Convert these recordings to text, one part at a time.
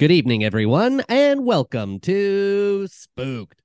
Good evening, everyone, and welcome to Spooked.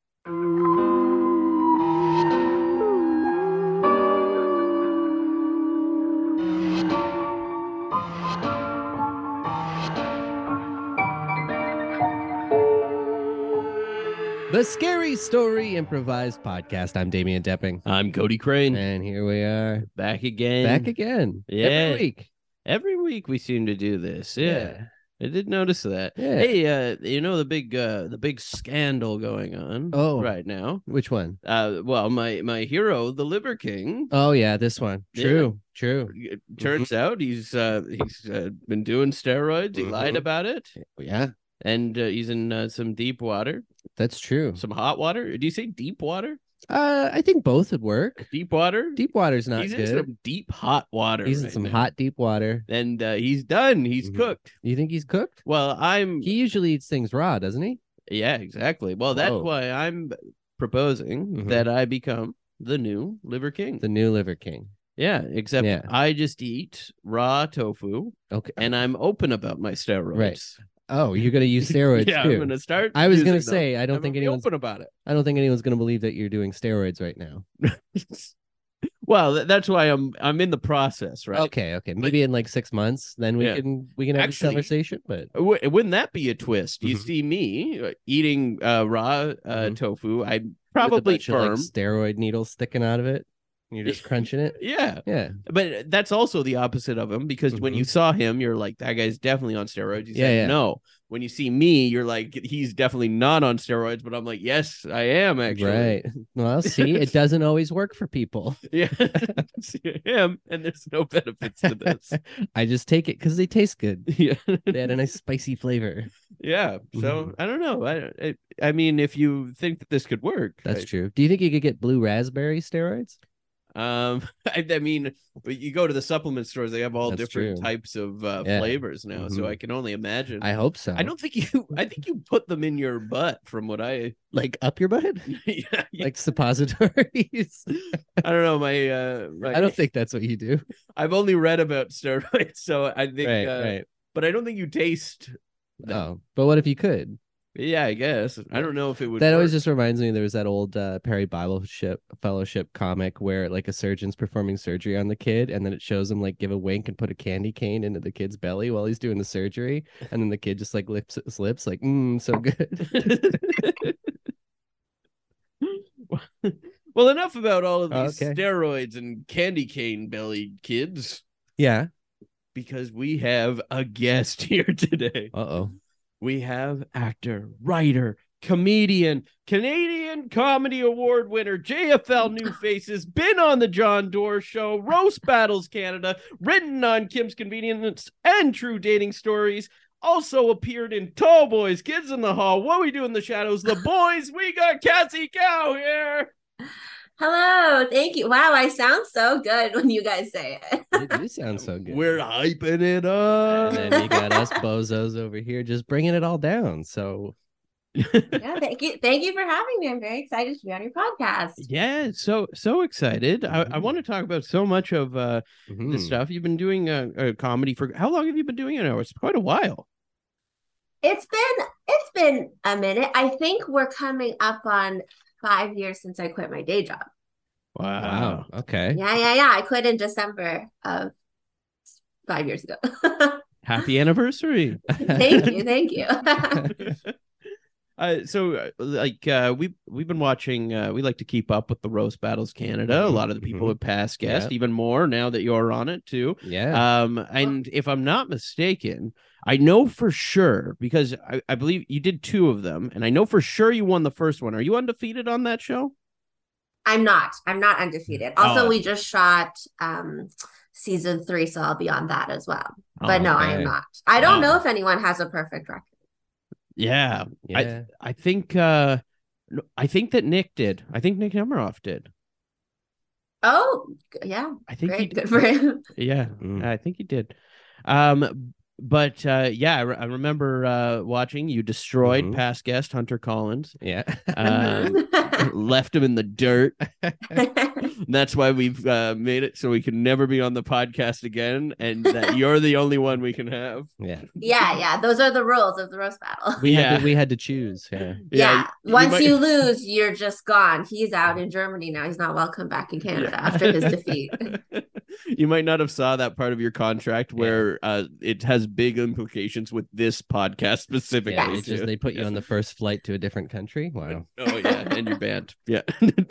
The Scary Story Improvised Podcast. I'm Damian Depping. I'm Cody Crane. And here we are back again. back again. Yeah. Every week. Every week we seem to do this. Yeah. I did notice that. Yeah. Hey, uh, you know the big uh the big scandal going on Oh. right now. Which one? Uh well, my my hero, the Liver King, Oh, yeah, this one. Yeah. True. True. it turns out he's uh he's uh, been doing steroids. He lied Mhm. about it. Yeah, And uh, he's in uh, some deep water, that's true. some hot water. Do you say deep water? Uh, I think both would work. Deep water? Deep water's not he's good. in some deep hot water. he's in right some now. hot deep water. and uh, he's done. He's Mhm. cooked. You think he's cooked? Well, I'm He usually eats things raw, doesn't he? Yeah, exactly. Well, that's Whoa. why I'm proposing Mhm. that I become the new liver king. The new liver king. yeah, except Yeah. I just eat raw tofu Okay. and I'm open about my steroids. oh, you're gonna use steroids yeah, too. I'm gonna start. I was gonna using them. say I don't I'm think gonna be anyone's open about it. I don't think anyone's gonna believe that you're doing steroids right now. well, th- that's why I'm I'm in the process, right? Okay, okay. Maybe in like six months, then we Yeah. can we can have Actually- this conversation. But Wou- Wouldn't that be a twist? You Mhm. see me uh, eating uh, raw uh, Mhm. tofu. I'm with a probably bunch of, like, firm. steroid needles sticking out of it. And you're just crunching it. yeah, Yeah. But that's also the opposite of him because when you saw him, you're like, that guy's definitely on steroids. You Mm-hmm. Yeah, said yeah. no. When you see me, you're like, he's definitely not on steroids. But I'm like, yes, I am actually. Right. Well, see, it doesn't always work for people. Yeah. See him, and there's no benefits to this. I just take it because they taste good. yeah. They had a nice spicy flavor. Yeah. Mm-hmm. So I don't know. I, I I mean, if you think that this could work, That's I- true. Do you think you could get blue raspberry steroids? Um, I, I mean, but you go to the supplement stores; they have all That's different true. types of uh, Yeah. flavors now. So Mhm. I can only imagine. I hope so. I don't think you. I think you put them in your butt. From what I, like up your butt, yeah, you- like suppositories. I don't know. My, uh, my, I don't think that's what you do. I've only read about steroids, so I think. right, uh, right. But I don't think you taste. that- Oh, but what if you could? Yeah, I guess I don't know if it would. That always work. just reminds me. There was that old uh, Perry Bible ship, Fellowship comic where like a surgeon's performing surgery on the kid, and then it shows him like give a wink and put a candy cane into the kid's belly while he's doing the surgery, and then the kid just like lips his lips, like mm, so good. well enough about all of these Okay. steroids and candy cane belly kids, yeah. because we have a guest here today. Uh oh. we have actor, writer, comedian, Canadian Comedy Award winner, JFL New Faces, been on the John Doerr Show, Roast Battles Canada, written on Kim's Convenience and True Dating Stories. Also appeared in Tall Boys, Kids in the Hall, What We Do in the Shadows, The Boys. We got Cassie Cow here. Hello, thank you. Wow, I sound so good when you guys say it. You do sound so good. We're hyping it and up. then you got us bozos over here just bringing it all down. So yeah, thank you. Thank you for having me. I'm very excited to be on your podcast. Yeah, so so excited. I, I Mhm. want to talk about so much of uh, the mhm. stuff. You've been doing uh, uh, comedy for how long have you been doing it now? It's quite a while. It's been it's been a minute. I think we're coming up on five years since I quit my day job. wow. Okay. Yeah, yeah, yeah. I quit in December of five years ago. Happy anniversary. thank you, thank you. Uh, so uh, like uh we we've been watching uh we like to keep up with the roast battles canada a lot of the people Mhm. with past guests Yeah. even more now that you're on it too Yeah. um and if i'm not mistaken i know for sure because I, I believe you did two of them and i know for sure you won the first one are you undefeated on that show I'm not. I'm not undefeated. Also, Oh. we just shot um season three, so I'll be on that as well. But Oh, no, I okay. am not. I don't Oh. know if anyone has a perfect record. Yeah, Yeah. I think uh no, I think that Nick did. I think Nick Nemiroff did. Oh, g- yeah. I think he Great. did. Good for him. Yeah, Mm. I think he did. Um but uh yeah, I, re- I remember uh watching you destroyed Mhm. past guest Hunter Collins. yeah. Uh-huh. Uh, left him in the dirt. That's why we've uh, made it so we can never be on the podcast again and that you're the only one we can have. Yeah. yeah, yeah. Those are the rules of the roast battle. We had Yeah. to, we had to choose. Yeah. Yeah. you Once might- you lose, you're just gone. He's out in Germany now. He's not welcome back in Canada Yeah. after his defeat. you might not have saw that part of your contract Yeah. where uh, it has big implications with this podcast specifically. Yeah, they Yes. just too. they put you on the first flight to a different country. Wow. Oh yeah, and you're banned. Yeah.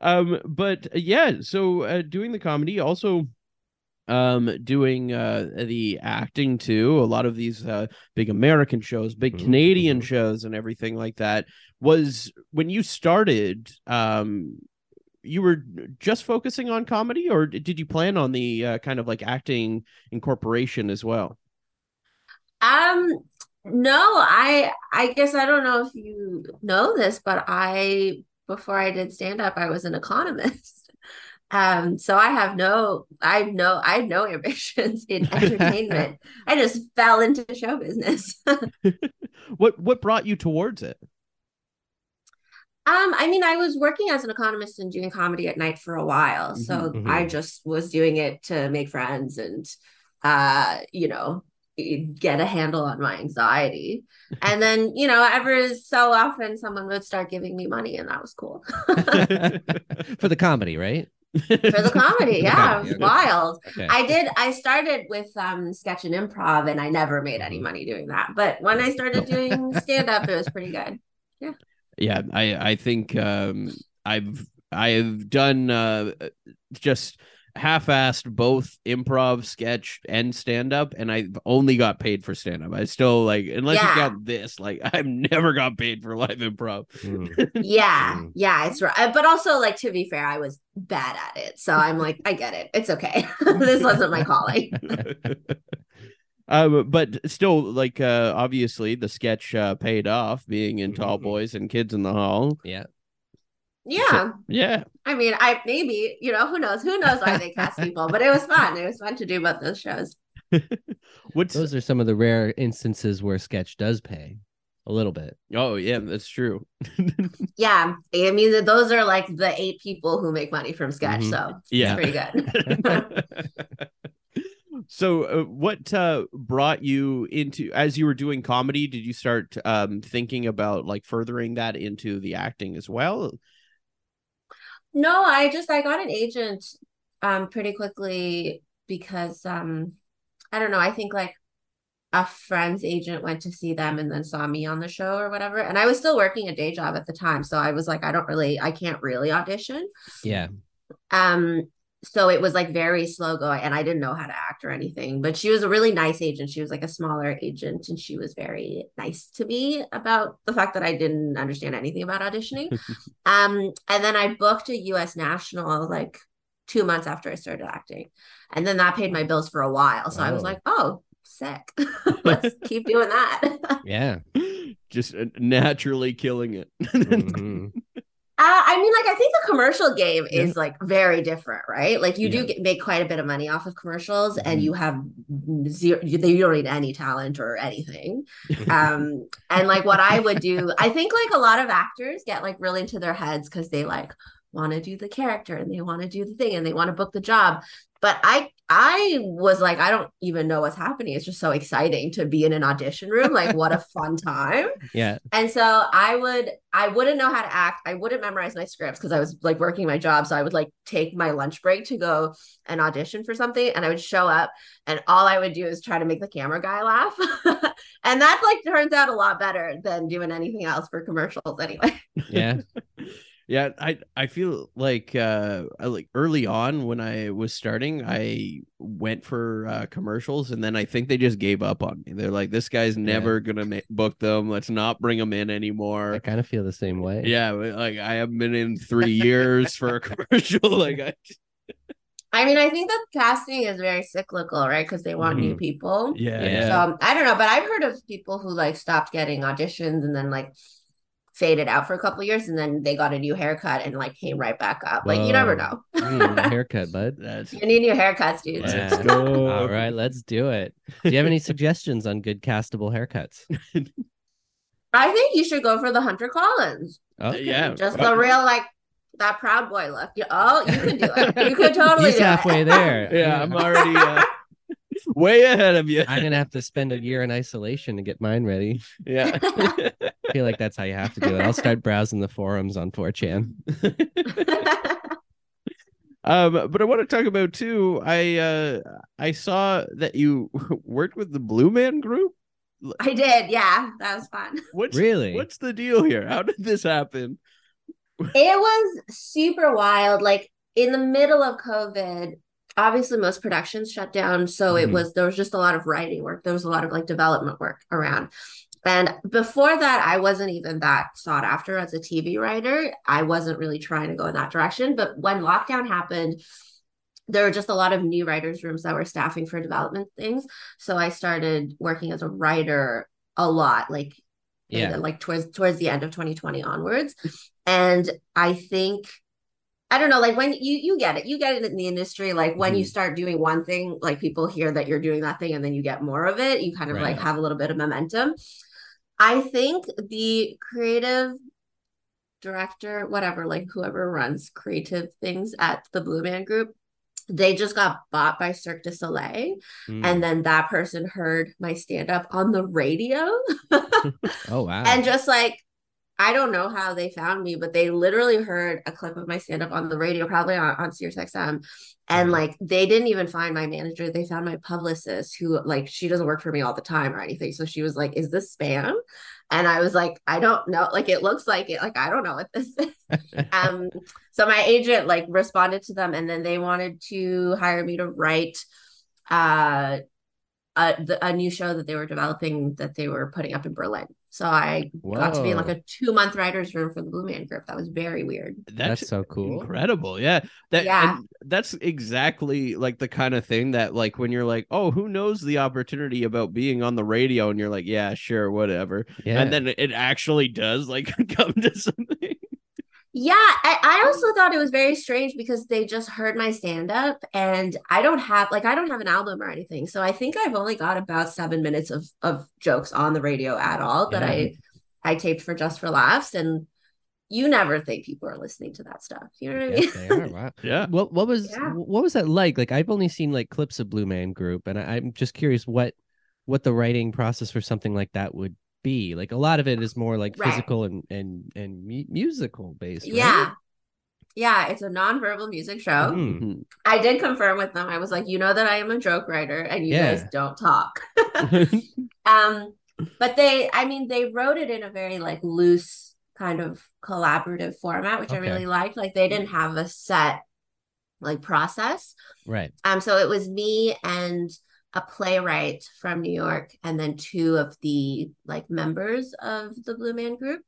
um, but uh, yeah, so uh, doing the comedy, also um doing uh the acting too a lot of these uh big american shows big Mhm, canadian mhm. shows and everything like that was when you started um you were just focusing on comedy or d- did you plan on the uh, kind of like acting incorporation as well Um, no, I I guess I don't know if you know this, but I before I did stand up, I was an economist. Um, so I have no, I have no, I had no ambitions in entertainment. I just fell into show business. what what brought you towards it Um, I mean, I was working as an economist and doing comedy at night for a while, so Mhm, mhm. I just was doing it to make friends and, uh, you know, e- get a handle on my anxiety. And then, you know, ever so often someone would start giving me money, and that was cool For the comedy, right? for the comedy. Yeah, it was Yeah. wild. Okay. I did. I started with um, sketch and improv, and I never made any Mhm. money doing that. But when Mm-hmm. I started doing stand up, it was pretty good. yeah i i think um i've i've done uh just half-assed both improv sketch and stand-up and i've only got paid for stand-up i still like unless you Yeah. count this like i've never got paid for live improv Mm. Yeah, Mm. yeah, it's right. But also, like to be fair, I was bad at it, so I'm like, I get it. It's okay. This wasn't my calling. um but still like uh obviously the sketch uh paid off being in tall Mhm. boys and kids in the hall Yeah. Yeah, yeah I mean, I maybe you know who knows who knows why they cast people, but it was fun. It was fun to do both those shows. what's Those are some of the rare instances where sketch does pay a little bit. oh yeah that's true Yeah, I mean, th- those are like the eight people who make money from sketch, Mhm. so Yeah. it's pretty good. so uh, what uh, brought you into as you were doing comedy did you start um, thinking about like furthering that into the acting as well No, I just I got an agent um pretty quickly because um I don't know, I think like a friend's agent went to see them and then saw me on the show or whatever. And I was still working a day job at the time, so I was like I don't really I can't really audition. Yeah. Um so it was like very slow going and I didn't know how to act or anything. But she was a really nice agent. She was like a smaller agent and she was very nice to me about the fact that I didn't understand anything about auditioning. Um, and then I booked a US national like two months after I started acting. And then that paid my bills for a while. So I was Oh. like, oh, sick. Let's keep doing that. uh, Yeah. just uh, naturally killing it Mhm. Uh, I mean, like, I think the commercial game Yeah. is like very different, right? Like, you Yeah. Mm-hmm. do get, make quite a bit of money off of commercials, and Mhm. you have zero, you, you don't need any talent or anything. um and like what i would do i think like a lot of actors get like really into their heads because they like want to do the character and they want to do the thing and they want to book the job but i i was like i don't even know what's happening it's just so exciting to be in an audition room like what a fun time Yeah. and so i would i wouldn't know how to act i wouldn't memorize my scripts because i was like working my job so i would like take my lunch break to go and audition for something and i would show up and all i would do is try to make the camera guy laugh and that like turns out a lot better than doing anything else for commercials anyway Yeah. yeah i i feel like uh I, like early on when i was starting i went for uh commercials and then i think they just gave up on me they're like this guy's never gonna ma- book them let's not bring him in anymore I kind of feel the same way. Yeah, but, like I haven't been in three years for a commercial. Like I, I mean, I think the casting is very cyclical, right? Because they want new people. Yeah. Yeah. So um, I don't know, but I've heard of people who like stopped getting auditions and then like faded out for a couple years and then they got a new haircut and like came right back up. Like you never know. Mm, haircut, bud. That's You need new haircuts, dude. Yeah. let's go. All right, let's do it. Do you have any suggestions on good castable haircuts? I think you should go for the Hunter Collins. Oh, Yeah. Just the real like that proud boy look. You, oh, you could do it. You could totally he's do halfway it. there. Yeah, I'm already uh, way ahead of you. I'm gonna have to spend a year in isolation to get mine ready. Yeah. I feel like that's how you have to do it. I'll start browsing the forums on 4chan. Um, but I want to talk about too. I uh, I saw that you worked with the Blue Man Group. I did, yeah. That was fun. What's Really? What's the deal here? How did this happen? It was super wild. Like in the middle of COVID, obviously most productions shut down. So it Mhm. was there was just a lot of writing work. There was a lot of like development work around. And before that, I wasn't even that sought after as a TV writer. I wasn't really trying to go in that direction. But when lockdown happened, there were just a lot of new writers' rooms that were staffing for development things. So I started working as a writer a lot, like Yeah. and, like towards towards the end of 2020 onwards and i think i don't know like when you you get it you get it in the industry like when you Mm-hmm. start doing one thing like people hear that you're doing that thing and then you get more of it you kind of Right. like have a little bit of momentum i think the creative director whatever like whoever runs creative things at the blue man group they just got bought by cirque du soleil Hmm. Mm. and then that person heard my stand up on the radio oh wow. and just like I don't know how they found me, but they literally heard a clip of my stand up on the radio, probably on, on Sirius XM. And Mhm. like they didn't even find my manager. They found my publicist who like she doesn't work for me all the time or anything. So she was like, Is this spam? And I was like, I don't know. Like it looks like it. Like I don't know what this is. um so my agent like responded to them and then they wanted to hire me to write uh a, the, a new show that they were developing that they were putting up in Berlin. So I got to be in like a two month writer's room for the Blue Man Group. That was very weird. that's, so cool. incredible. Yeah. That Yeah. and that's exactly like the kind of thing that like when you're like, "Oh, who knows the opportunity about being on the radio?" and you're like, "Yeah, sure, whatever." Yeah. And then it actually does like come to something. Yeah, I, I also thought it was very strange because they just heard my stand up and I don't have like I don't have an album or anything. So I think I've only got about seven minutes of of jokes on the radio at all that Yeah. I I taped for just for laughs and you never think people are listening to that stuff. You know what I mean? Yes, they are. Wow. Yeah. What what was Yeah. what was that like? Like I've only seen like clips of Blue Man Group, and I, I'm just curious what what the writing process for something like that would be. Like a lot of it is more like Right. physical and and and mu- musical based. right? Yeah. Yeah, it's a nonverbal music show. Mm. Mm-hmm. I did confirm with them. I was like, you know that I am a joke writer and you Yeah. guys don't talk. um, but they, I mean, they wrote it in a very like loose kind of collaborative format, which I Okay. really liked. Like they didn't have a set like process. Right. Um, so it was me and a playwright from New York, and then two of the like members of the Blue Man Group.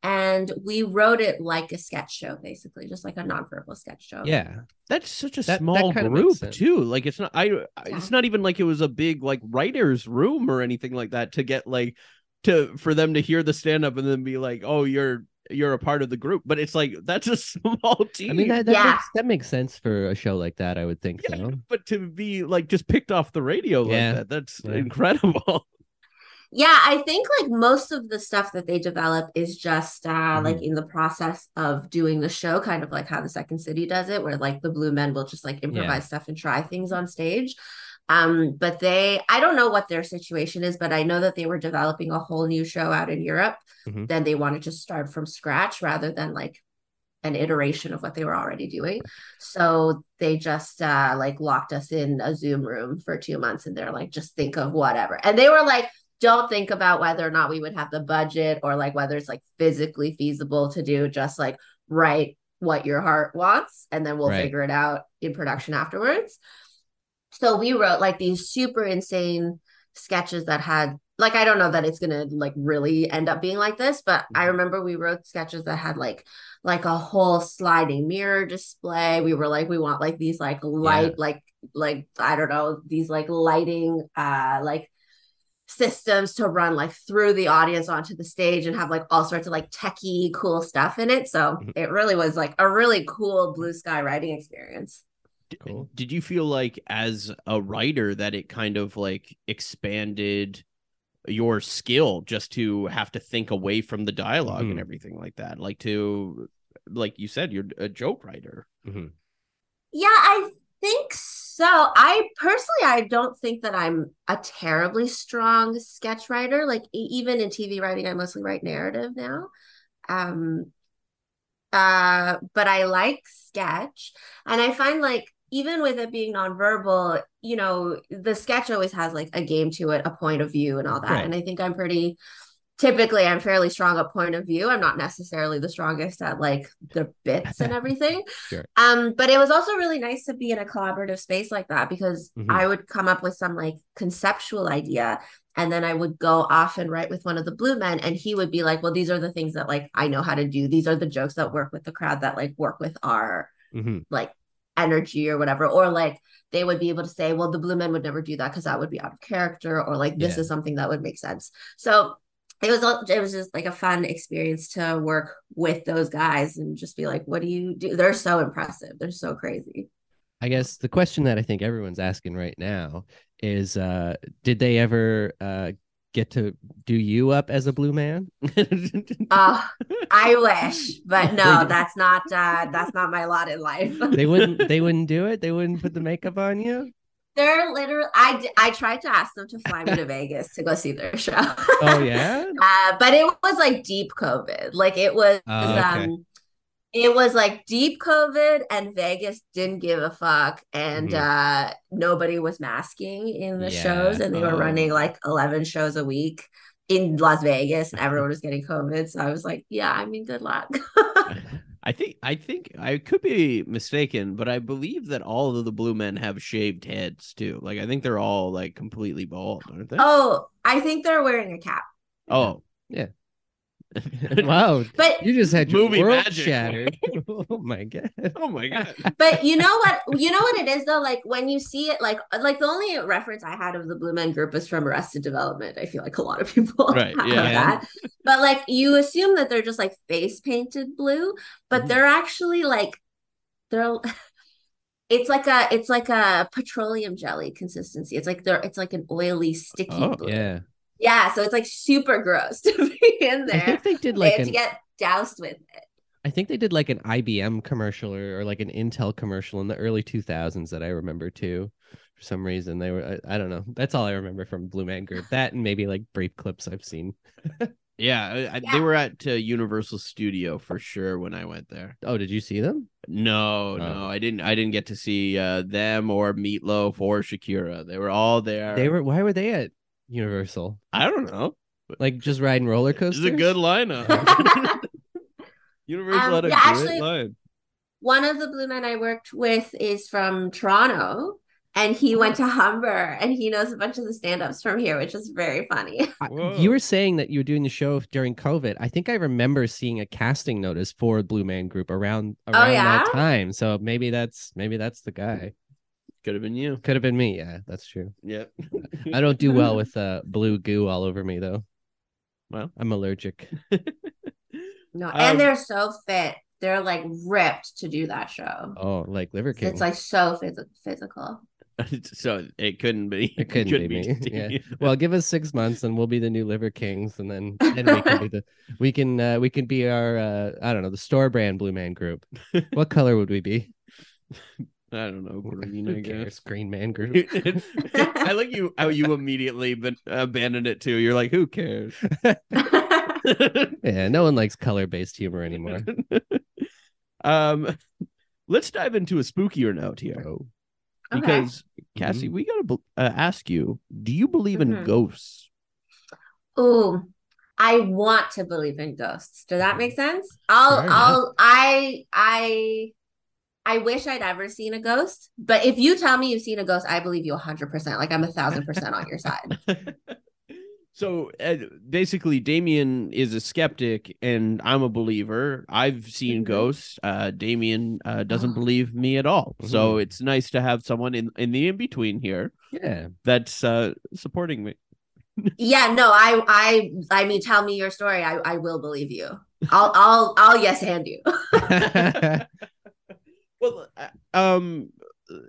And we wrote it like a sketch show, basically, just like a nonverbal sketch show. Yeah. That's such a That- that small kinda makes group sense. too. Like it's not I I- it's not even like it was a big like writer's room or anything like that to get like to for them to hear the stand up and then be like, "Oh, you're you're a part of the group." But it's like that's a small team. I mean that that, Yeah. makes, that makes sense for a show like that. I would think Yeah, so. but to be like just picked off the radio Yeah. like that, that's Yeah. incredible. Yeah, I think like most of the stuff that they develop is just uh Mhm. like in the process of doing the show, kind of like how the Second City does it, where like the Blue Men will just like improvise stuff and try things on stage. Um, but they, I don't know what their situation is, but I know that they were developing a whole new show out in Europe. Mhm. Then they wanted to start from scratch rather than like an iteration of what they were already doing. So they just uh like locked us in a Zoom room for two months and they're like, just think of whatever. And they were like, don't think about whether or not we would have the budget or like whether it's like physically feasible to do just like write what your heart wants and then we'll Right. figure it out in production afterwards so we wrote like these super insane sketches that had like I don't know that it's gonna like really end up being like this, but I remember we wrote sketches that had like like a whole sliding mirror display. We were like, we want like these like light, like like I don't know, these like lighting uh like systems to run like through the audience onto the stage and have like all sorts of like techie cool stuff in it. So Mhm. it really was like a really cool blue sky writing experience. Cool. Did you feel like as a writer that it kind of like expanded your skill just to have to think away from the dialog and Hmm. Mhm. everything like that? Like to like you said, you're a joke writer. Mm-hmm. Yeah, I think so. I personally, I don't think that I'm a terribly strong sketch writer. Like e- even in TV writing, I mostly write narrative now. Um, uh, but I like sketch, and I find like even with it being nonverbal, you know, the sketch always has like a game to it, a point of view, and all that. Right. And I think I'm pretty. Typically, I'm fairly strong at point of view. I'm not necessarily the strongest at like the bits and everything um but it was also really nice to be in a collaborative space like that because Mhm. i would come up with some like conceptual idea and then i would go off and write with one of the blue men and he would be like well these are the things that like i know how to do these are the jokes that work with the crowd that like work with our Mm-hmm. hmm like energy or whatever or like they would be able to say well the blue men would never do that because that would be out of character or like this Yeah. is something that would make sense so it was all it was just like a fun experience to work with those guys and just be like what do you do they're so impressive they're so crazy I guess the question that I think everyone's asking right now is uh did they ever uh get to do you up as a blue man? oh i wish but no They- that's not uh that's not my lot in life they wouldn't they wouldn't do it. They wouldn't put the makeup on you. they're literally i d- i tried to ask them to fly me to vegas to go see their show Oh yeah. uh, but it was like deep COVID. Like it was, Oh, okay. um, it was like deep COVID, and Vegas didn't give a fuck, and uh, nobody was masking in the Mm-hmm. Yeah. shows, and they were Oh. running like eleven shows a week in Las Vegas, and everyone was getting COVID. So I was like, yeah, I mean, good luck. I think I think I could be mistaken, but I believe that all of the blue men have shaved heads too. Like I think they're all like completely bald, aren't they? oh, I think they're wearing a cap, Oh. Yeah. Wow. but You just had your Movie world magic. shattered. Oh my god. Oh my god. but you know what you know what it is though like when you see it like uh, like the only reference i had of the blue men group is from arrested development i feel like a lot of people Right, have yeah. that but like you assume that they're just like face painted blue but Mhm. they're actually like they're it's like a it's like a petroleum jelly consistency it's like they're it's like an oily sticky Oh, blue Yeah. yeah so it's like super gross to be in I there think they did they like have an to get doused with it I think they did like an IBM commercial or, or like an Intel commercial in the early 2000s that I remember too. For some reason, they were, I, I don't know. That's all I remember from Blue Man Group. That and maybe like brief clips I've seen. Yeah, I, I- they Yeah. were at uh, Universal Studio for sure when I went there. Oh, did you see them? No, no, Oh. I didn't. I didn't get to see uh, them or Meatloaf or Shakira. They were all there. They were, why were they at Universal? I don't know. Like just riding roller It's coasters? a good lineup. Universal Um, had a yeah, great actually- line. one of the blue men I worked with is from Toronto and he went to Humber and he knows a bunch of the stand-ups from here, which is very funny. I- Whoa. you were saying that you were doing the show during COVID. I think I remember seeing a casting notice for Blue Man Group around around that Oh, yeah? time. So maybe that's maybe that's the guy. Could have been you. Could have been me. Yeah, that's true. Yep. I don't do well with uh, blue goo all over me though. Well. I'm allergic. No, Um, and they're so fit. They're like ripped to do that show. Oh, like liver king. It's like so phys- physical. so it couldn't be. It couldn't be me, just yeah. you. well, give us six months and we'll be the new liver kings, and then then we can be the we can uh, we can be our uh, I don't know the store brand blue man group. What color would we be? I don't know. Green, I Who guess. cares? Green man group. I like you. How you immediately but abandoned it too. You're like, who cares? Yeah, no one likes color based humor anymore. um, let's dive into a spookier note here Oh. Okay. because Cassie, we gotta bel- uh, ask you: Do you believe in Mhm. ghosts? Ooh, I want to believe in ghosts. Does that make sense? I'll Fair enough. I'll I I I wish I'd ever seen a ghost, but if you tell me you've seen a ghost, I believe you 100%. Like I'm a thousand percent on your side. so uh, basically damien is a skeptic and i'm a believer i've seen Mhm. ghosts uh, damien uh, doesn't Ah. believe me at all so it's nice to have someone in, in the in-between here Yeah. that's uh, supporting me yeah, no, I, I, I mean, tell me your story. I, I will believe you. I'll, I'll, I'll yes hand you. well uh, um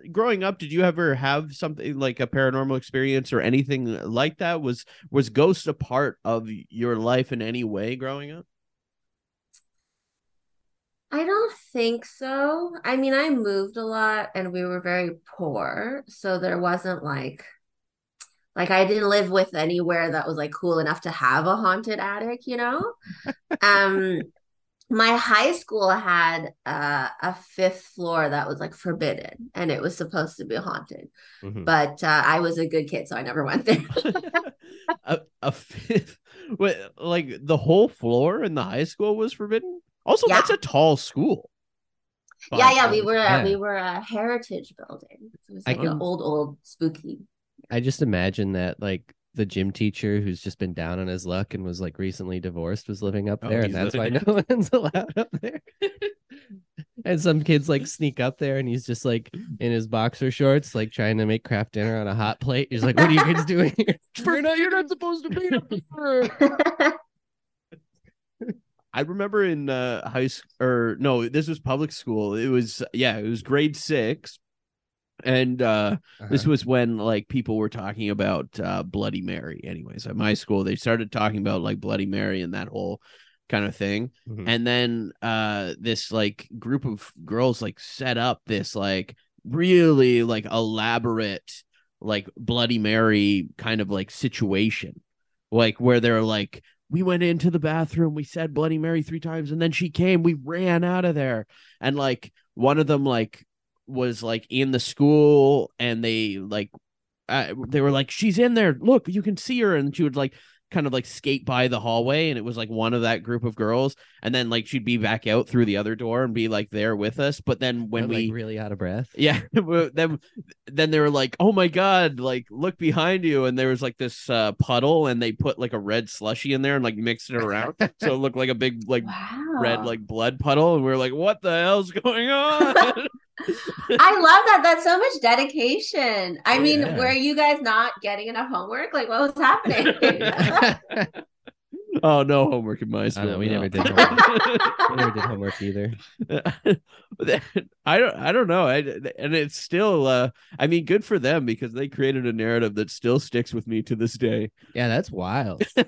growing up did you ever have something like a paranormal experience or anything like that was was ghosts a part of your life in any way growing up I don't think so. I mean, I moved a lot and we were very poor, so there wasn't like like I didn't live with anywhere that was like cool enough to have a haunted attic, you know? Um my high school had uh, a fifth floor that was like forbidden and it was supposed to be haunted. Mm-hmm. Mhm. But uh, I was a good kid, so I never went there. a, a fifth wait, like the whole floor in the high school was forbidden also Yeah. that's a tall school Yeah, yeah, Five we floors. were uh, yeah. we were a heritage building. It was I like an can- old, old spooky. I just imagine that like the gym teacher who's just been down on his luck and was like recently divorced was living up Oh, there, and he's that's why living no one's allowed up there. and some kids like sneak up there, and he's just like in his boxer shorts, like trying to make craft dinner on a hot plate. He's like, "What are you kids doing here? Bruno, you're not supposed to be up here." I remember in uh, high school, or no, this was public school. It was yeah, it was grade six, and uh, this Uh-huh. was when like people were talking about uh, Bloody Mary. Anyways, at my school, they started talking about like Bloody Mary and that whole kind of thing. Mhm. And then uh, this like group of girls like set up this like really like elaborate like Bloody Mary kind of like situation, like where they're like, we went into the bathroom, we said Bloody Mary three times, and then she came, we ran out of there. And like one of them, like, was like in the school and they like, uh, they were like, she's in there, look, you can see her. And she would like, kind of like skate by the hallway and it was like one of that group of girls and then like she'd be back out through the other door and be like there with us but then when I'm, we like, really out of breath. yeah, well, then then they were like, "Oh my god, like look behind you." And there was like this uh puddle and they put like a red slushy in there and like mixed it around. so it looked like a big like Wow. red like blood puddle and we were like, "What the hell's going on?" I love that. That's so much dedication. I mean, Oh, Yeah. were you guys not getting enough homework? Like, what was happening? oh, no homework in my I school. know, we no. never did homework. I never did homework either. I don't I don't know. I, and it's still uh I mean good for them because they created a narrative that still sticks with me to this day. Yeah, that's wild.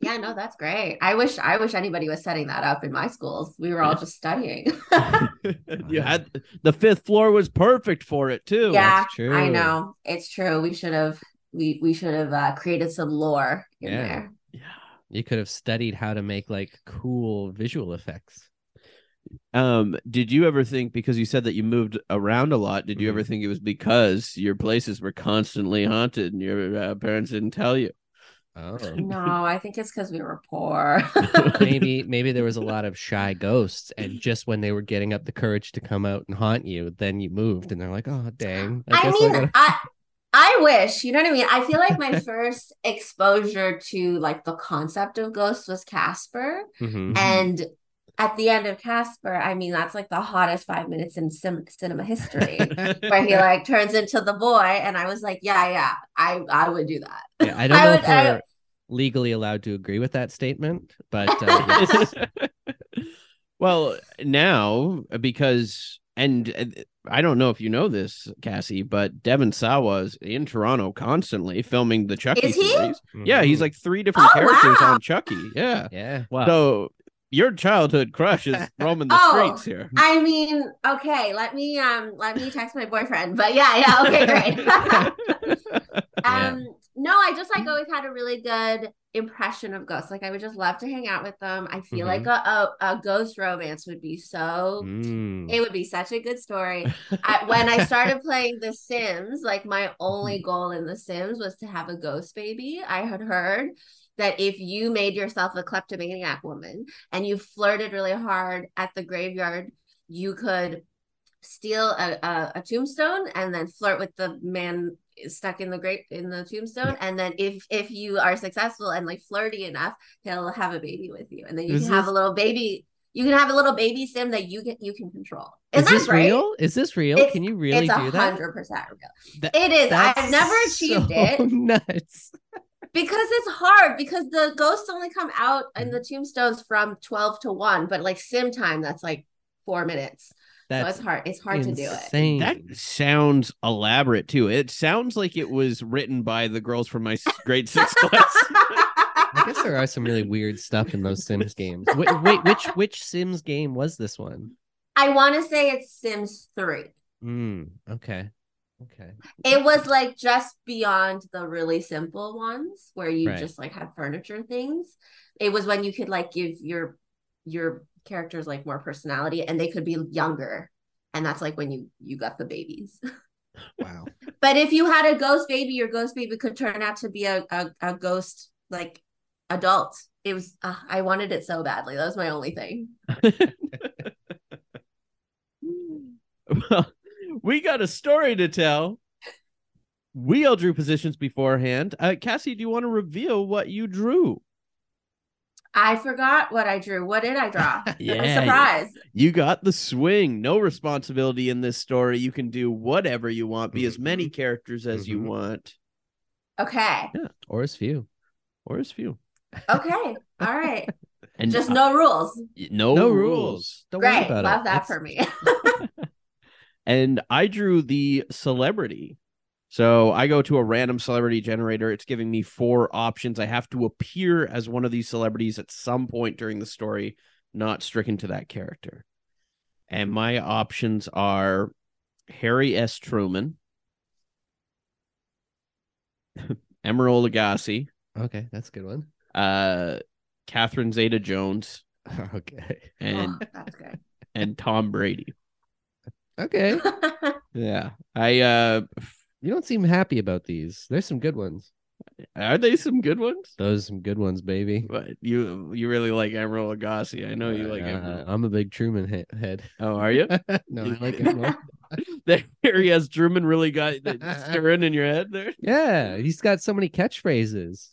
yeah, no, that's great. I wish I wish anybody was setting that up in my schools. We were all just studying. you had the fifth floor was perfect for it too. yeah, true. I know. It's true. We should have we we should have uh, created some lore in Yeah. there. You could have studied how to make like cool visual effects. Um, did you ever think because you said that you moved around a lot? Did you ever Mhm. think it was because your places were constantly haunted and your uh, parents didn't tell you? Oh. No, I think it's because we were poor. maybe maybe there was a lot of shy ghosts and just when they were getting up the courage to come out and haunt you then you moved and they're like oh dang I guess mean, gotta-" I I wish, you know what I mean? I feel like my first exposure to like the concept of ghosts was Casper. Mm-hmm. Mhm. And at the end of Casper, I mean, that's like the hottest five minutes in sim- cinema history where he like turns into the boy. And I was like, yeah, yeah, I, I would do that. Yeah, i don't I know would- if I- we're legally allowed to agree with that statement but uh, yes. well, now uh, because and uh, I don't know if you know this, Cassie, but Devin Sawa is in Toronto constantly filming the Chucky Is he? series. Yeah, he's Mhm. like three different Oh, characters wow. on Chucky. Yeah. yeah wow So your childhood crush is roaming the Oh. streets here. I mean, okay, let me um let me text my boyfriend. But yeah, yeah, okay, great. Yeah. Um, no, I just like always had a really good impression of ghosts. Like I would just love to hang out with them. I feel like a, a, a ghost romance would be so Mm. it would be such a good story. I, when I started playing The Sims, like my only Mm. goal in The Sims was to have a ghost baby. I had heard that if you made yourself a kleptomaniac woman and you flirted really hard at the graveyard, you could steal a, a, a tombstone and then flirt with the man stuck in the grape in the tombstone and then if if you are successful and like flirty enough he'll have a baby with you and then you Is can have this- a little baby you can have a little baby sim that you can you can control Is Isn't that this great? real? Is this real? It's- Can you really it's do a that? hundred percent real. That- it is. I've That's never achieved so it Nuts. because it's hard because the ghosts only come out in the tombstones from twelve to one, but like sim time that's like four minutes. so That's it's hard. It's hard to do it. insane. That sounds elaborate too. It sounds like it was written by the girls from my s- grade six class. I guess there are some really weird stuff in those Sims games. Wait, wait which which Sims game was this one? I want to say it's Sims three. Hmm. Okay. Okay. It was like just beyond the really simple ones where you Right. just like had furniture things. It was when you could like give your your characters like more personality and they could be younger. And that's like when you you got the babies. Wow. But if you had a ghost baby, your ghost baby could turn out to be a a, a ghost like adult. It was uh, I wanted it so badly. That was my only thing. well, we got a story to tell. We all drew positions beforehand. Uh, Cassie, do you want to reveal what you drew? I forgot what I drew. What did I draw? I'm Yeah, surprised. You got the swing. No responsibility in this story. You can do whatever you want, be as many characters as you Mhm. want, Okay. Or as few. or as few. Okay. All right. And Just no rules. no, No rules. Don't worry Great. about Love it. That's- that for me. and I drew the celebrity. So I go to a random celebrity generator. It's giving me four options. I have to appear as one of these celebrities at some point during the story, not stricken to that character. And my options are Harry S. Truman, Emeril Lagasse, Okay, that's a good one. uh, Catherine Zeta Jones, Okay. and Oh, that's good. and Tom Brady. Okay. Yeah, I uh, You don't seem happy about these. There's some good ones. are they some good ones? Those are some good ones, baby. But you you really like Emerald Lagasse. I know you like Uh, Emerald. I'm a big Truman he- head. Oh, are you? no, I like him. there he has Truman really got it stirring in your head there. yeah, he's got so many catchphrases.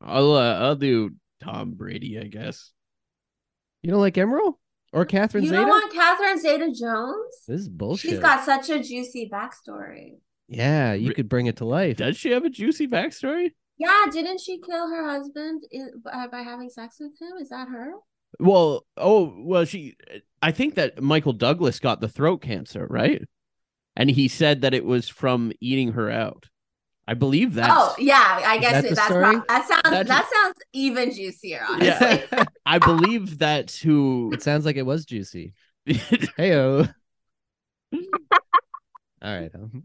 I'll uh, I'll do Tom Brady, I guess. You don't like Emerald or Catherine you Zeta? don't want Catherine Zeta Jones? This is bullshit. She's got such a juicy backstory. yeah, you Re- could bring it to life. Does she have a juicy backstory? Yeah, didn't she kill her husband in, uh, by having sex with him? Is that her? Well, oh well, she. I think that Michael Douglas got the throat cancer, right? And he said that it was from eating her out. I believe that's. oh yeah, I guess that it- the that's story? prob- that sounds That's- that sounds even juicier. Honestly. Yeah. I believe that's who. it sounds like it was juicy. Hey All right. um.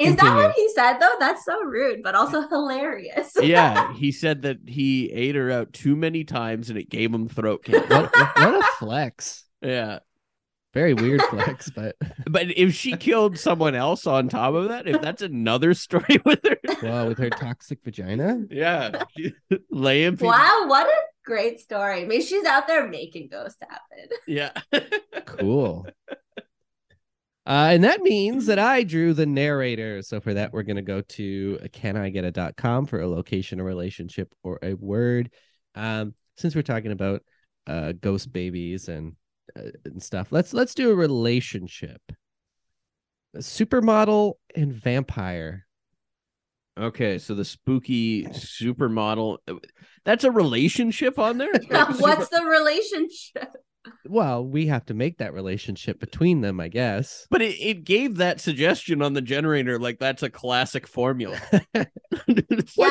Is that Continue. what he said though? That's so rude, but also hilarious. yeah, he said that he ate her out too many times and it gave him throat cancer. what, what a flex. yeah. Very weird flex, but But if she killed someone else on top of that, if that's another story with her, wow, with her toxic vagina. yeah, laying people. Wow, what a great story. I mean, she's out there making ghosts happen. Yeah. Cool. Uh, and that means that I drew the narrator. So for that, we're going to go to caniget.com for a location, a relationship, or a word. Um, since we're talking about uh, ghost babies and uh, and stuff, let's let's do a relationship. A supermodel and vampire. Okay, so the spooky supermodel. That's a relationship on there. What's the relationship? Well, we have to make that relationship between them, I guess. But it, it gave that suggestion on the generator, like that's a classic formula. Well, I yeah,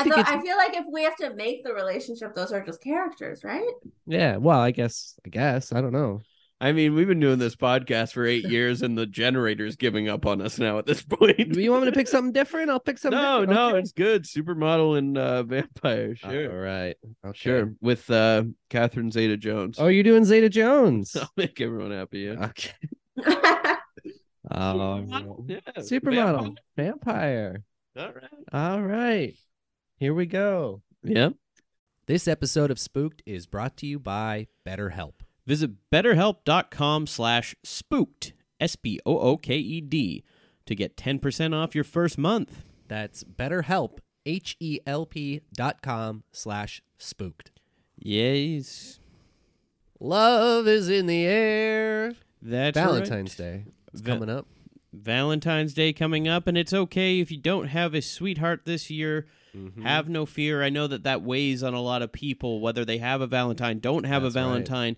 think though it's- I feel like if we have to make the relationship, those are just characters, right? Yeah. Well, I guess. I guess. I don't know. I mean, we've been doing this podcast for eight years, and the generator's giving up on us now at this point. Do you want me to pick something different? I'll pick something. no, different. no, Okay. it's good. Supermodel and uh, vampire, Uh, sure, All right. Okay. sure, with uh, Catherine Zeta-Jones. Oh, you're doing Zeta Jones. I'll make everyone happy. Yeah. okay. Supermodel, Um, yeah, supermodel, vampire. vampire, All right. All right. Here we go. Yeah. This episode of Spooked is brought to you by BetterHelp. Visit betterhelp.com slash spooked, S-P-O-O-K-E-D, E to get 10% off your first month. That's BetterHelp, H-E-L-P dot com slash spooked. Yes. Love is in the air. That's Valentine's right. Day. It's Va- coming up. Valentine's Day coming up, and it's okay if you don't have a sweetheart this year. Mm-hmm. Have no fear. I know that that weighs on a lot of people, whether they have a Valentine, don't have That's a right. Valentine,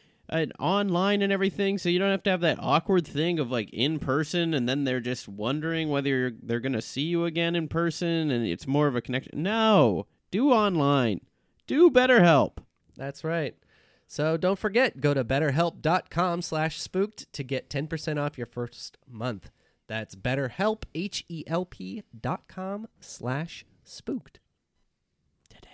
uh, online and everything, so you don't have to have that awkward thing of like in person, and then they're just wondering whether you're, they're gonna see you again in person, and it's more of a connection. No, do online, do BetterHelp. That's right. So don't forget, go to betterhelp.com slash spooked to get 10% off your first month. That's betterhelp, H-E-L-P dot com slash spooked. Today.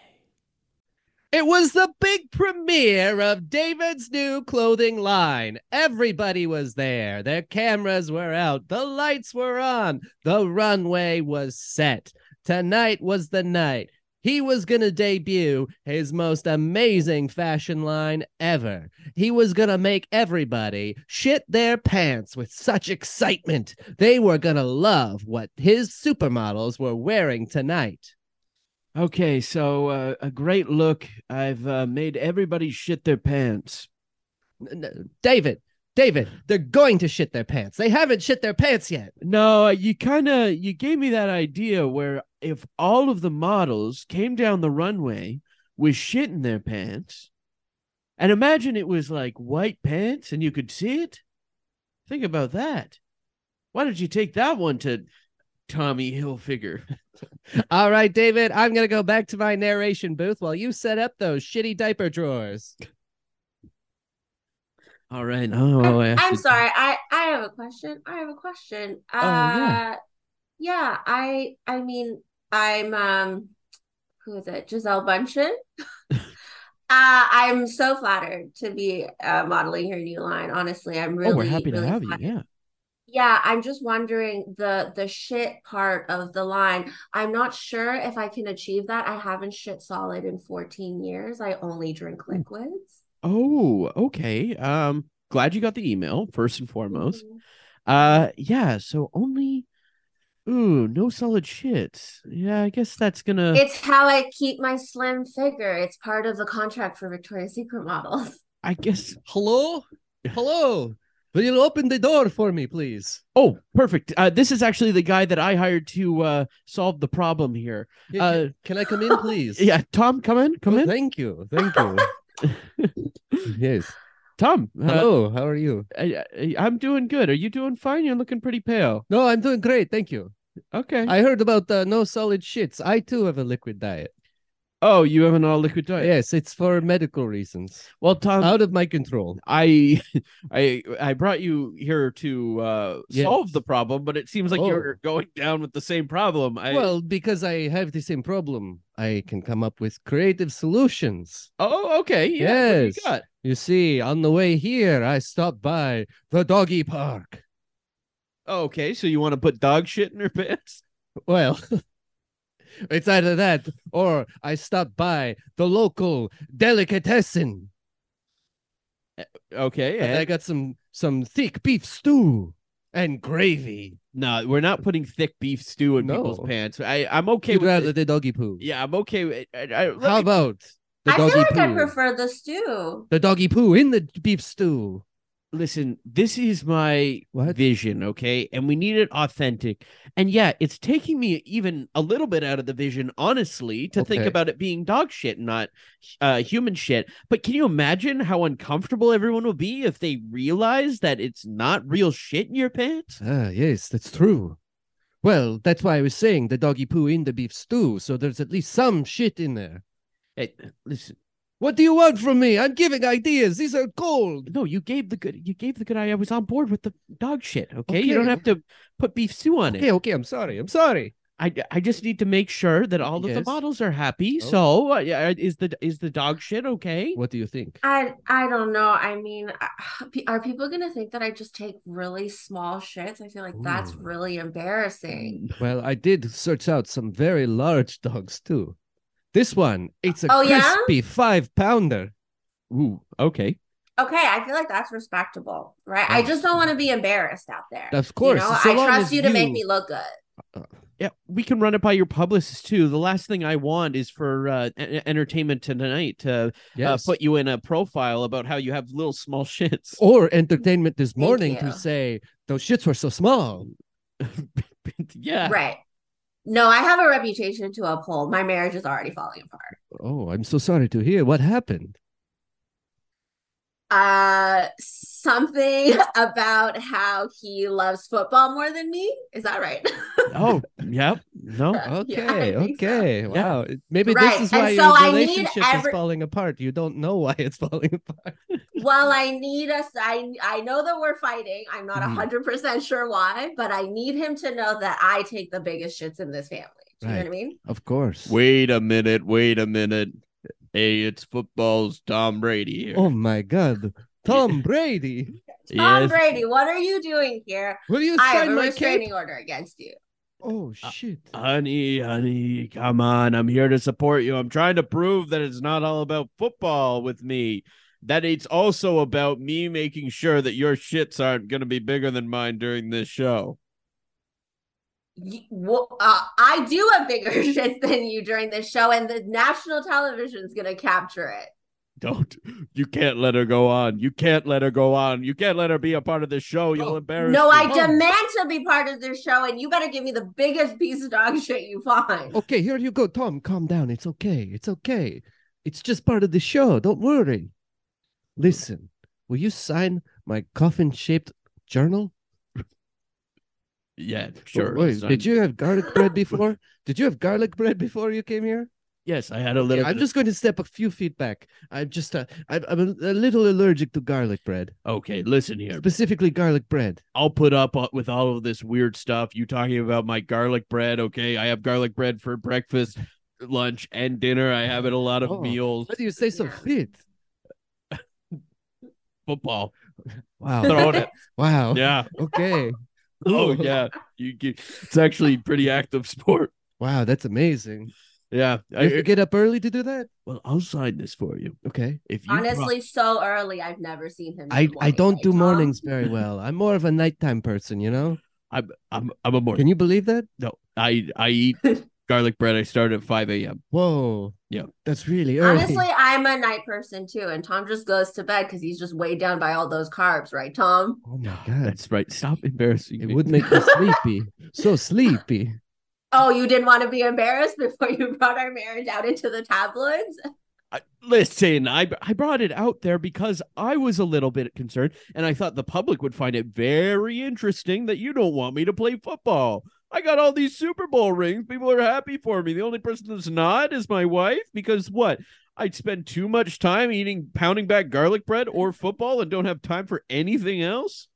It was the big premiere of David's new clothing line. Everybody was there. Their cameras were out. The lights were on. The runway was set. Tonight was the night he was going to debut his most amazing fashion line ever. He was going to make everybody shit their pants with such excitement. They were going to love what his supermodels were wearing tonight. Okay, so uh, a great look. I've uh, made everybody shit their pants. N- n- David, David, they're going to shit their pants. They haven't shit their pants yet. No, you kind of you gave me that idea where if all of the models came down the runway with shit in their pants, and imagine it was like white pants and you could see it. Think about that. Why don't you take that one to Tommy Hilfiger? All right, David, I'm going to go back to my narration booth while you set up those shitty diaper drawers. All right. Oh, I have I'm to- sorry. I I have a question. I have a question. Uh Oh, yeah. yeah, I I mean I'm um who is it? Giselle Bundchen. Uh, I'm so flattered to be uh, modeling your new line. Honestly, I'm really, Oh, we're happy to really have you. flattered. Yeah. Yeah, I'm just wondering the the shit part of the line. I'm not sure if I can achieve that. I haven't shit solid in 14 years. I only drink Hmm. liquids. Oh, okay. Um, glad you got the email first and foremost. Mhm. Uh, yeah. So only, ooh, no solid shits. Yeah, I guess that's gonna. It's how I keep my slim figure. It's part of the contract for Victoria's Secret models. I guess. Hello? Hello? Will you open the door for me, please? Oh, perfect. Uh, this is actually the guy that I hired to uh solve the problem here. Y- Uh, can- can I come in, please? Yeah, Tom, come in. Come Oh, in, Thank you. Thank you. yes. Tom. uh, Hello. how are you? I, I, I'm doing good. Are you doing fine? You're looking pretty pale. No, I'm doing great. Thank you. Okay. I heard about uh, no solid shits. I too have a liquid diet. oh, you have an all liquid diet. Yes, it's for medical reasons. Well, Tom, Out of my control. I I I brought you here to uh Yes. solve the problem, but it seems like Oh. you're going down with the same problem. I Well, because I have the same problem, I can come up with creative solutions. Oh, okay. Yeah. What do Yes. you got? You see, on the way here, I stopped by the doggy park. Oh, okay. So you want to put dog shit in her pants? Well, It's either that or I stop by the local delicatessen. Okay. And I got some some thick beef stew and gravy. No, we're not putting thick beef stew in No. people's pants. I, I'm okay You'd with rather uh, it. the doggy poo. Yeah, I'm okay with I, I, let How me- about the I feel doggy like poo? I prefer the stew. The doggy poo in the beef stew. listen, this is my What? vision, okay? And we need it authentic. And yeah, it's taking me even a little bit out of the vision, honestly, to think Okay. about it being dog shit, not uh, human shit. But can you imagine how uncomfortable everyone will be if they realize that it's not real shit in your pants? Ah, yes, that's true. Well, that's why I was saying the doggy poo in the beef stew, so there's at least some shit in there. Hey, listen, What do you want from me? I'm giving ideas. These are cold. no, you gave the good, you gave the good eye. I was on board with the dog shit. Okay, Okay. you don't have to put beef stew on it. Okay, okay, I'm sorry. I'm sorry. I, I just need to make sure that all of the Yes. models are happy. Oh. So uh, yeah, is the is the dog shit okay? What do you think? I I don't know. I mean, I- pe- are people gonna think that I just take really small shits? I feel like that's Ooh. really embarrassing. Well, I did search out some very large dogs too. This one, it's a Oh, yeah? crispy five pounder. Ooh, okay. Okay, I feel like that's respectable, right? I just don't want to be embarrassed out there. Of course, you know, so I long trust as you to make you- me look good. Yeah, we can run it by your publicist too. The last thing I want is for uh, en- entertainment tonight to Yes. Oh. uh, put you in a profile about how you have little small shits. or entertainment this morning to you. say those shits were so small. yeah. Right. No, I have a reputation to uphold. My marriage is already falling apart. Oh, I'm so sorry to hear what happened. Uh, something about how he loves football more than me. Is that right? Oh, yep. No. Uh, Yeah, I Okay, think so. okay, Yeah. wow. Maybe Right, this is and why so your I need relationship every- is falling apart. You don't know why it's falling apart. well, I need us. I I know that we're fighting. I'm not Mhm. hundred percent sure why, but I need him to know that I take the biggest shits in this family. Do you know Right. what I mean? Of course. Wait a minute. Wait a minute. Hey, it's football's Tom Brady here. Oh my God, Tom Brady! Tom Yes. Brady, what are you doing here? Will you I have a sign my restraining cape? order against you. Oh Uh, shit! Honey, honey, come on. I'm here to support you. I'm trying to prove that it's not all about football with me. That it's also about me making sure that your shits aren't going to be bigger than mine during this show. You- wh- uh, I do have bigger shits than you during this show, and the national television is going to capture it. Don't. You can't let her go on. You can't let her go on. You can't let her be a part of this show. You'll embarrass Oh, No, I me. Oh. demand to be part of this show, and you better give me the biggest piece of dog shit you find. Okay, here you go, Tom. Calm down. It's okay. It's okay. It's just part of the show. Don't worry. Listen, will you sign my coffin-shaped journal? Yeah, sure. Oh, wait, son. did you have garlic bread before? did you have garlic bread before you came here? Yes, I had a little. Yeah, I'm bit just going to step a few feet back. I'm just uh, I'm, I'm a, a little allergic to garlic bread, of- Okay, listen here. specifically garlic bread. I'll put up o- with all of this weird stuff. You talking about my garlic bread? Okay, I have garlic bread for breakfast, lunch, and dinner. I have it a lot of Oh. meals. Why do you say so Yeah. fit? Football. Wow! Throwing it. wow! Yeah. Okay. Oh Ooh. yeah. You, you- It's actually pretty active sport. Wow, that's amazing. Yeah. You have I- to get up early to do that. well, I'll sign this for you. Okay. If you Honestly, so early, I've never seen him. in the I, I morning don't like do Tom. mornings very well. I'm more of a nighttime person, you know? pro- I'm I'm a morning. Can you believe that? No, I I eat garlic bread. I start at five a.m. Whoa. Yeah. That's really early. Honestly, I'm a night person too, and Tom just goes to bed because he's just weighed down by all those carbs, right, Tom? oh my God. That's right. Stop embarrassing It me. would make me sleepy. So sleepy. Oh, you didn't want to be embarrassed before you brought our marriage out into the tabloids? I, listen, I I brought it out there because I was a little bit concerned, and I thought the public would find it very interesting that you don't want me to play football. I got all these Super Bowl rings. People are happy for me. The only person that's not is my wife because what? I'd spend too much time eating pounding back garlic bread or football and don't have time for anything else.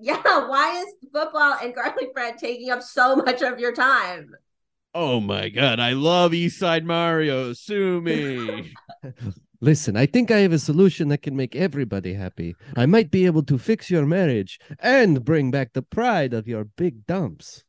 Yeah, why is football and garlic bread taking up so much of your time? Oh my god, I love Eastside Mario. Sue me. Listen, I think I have a solution that can make everybody happy. I might be able to fix your marriage and bring back the pride of your big dumps.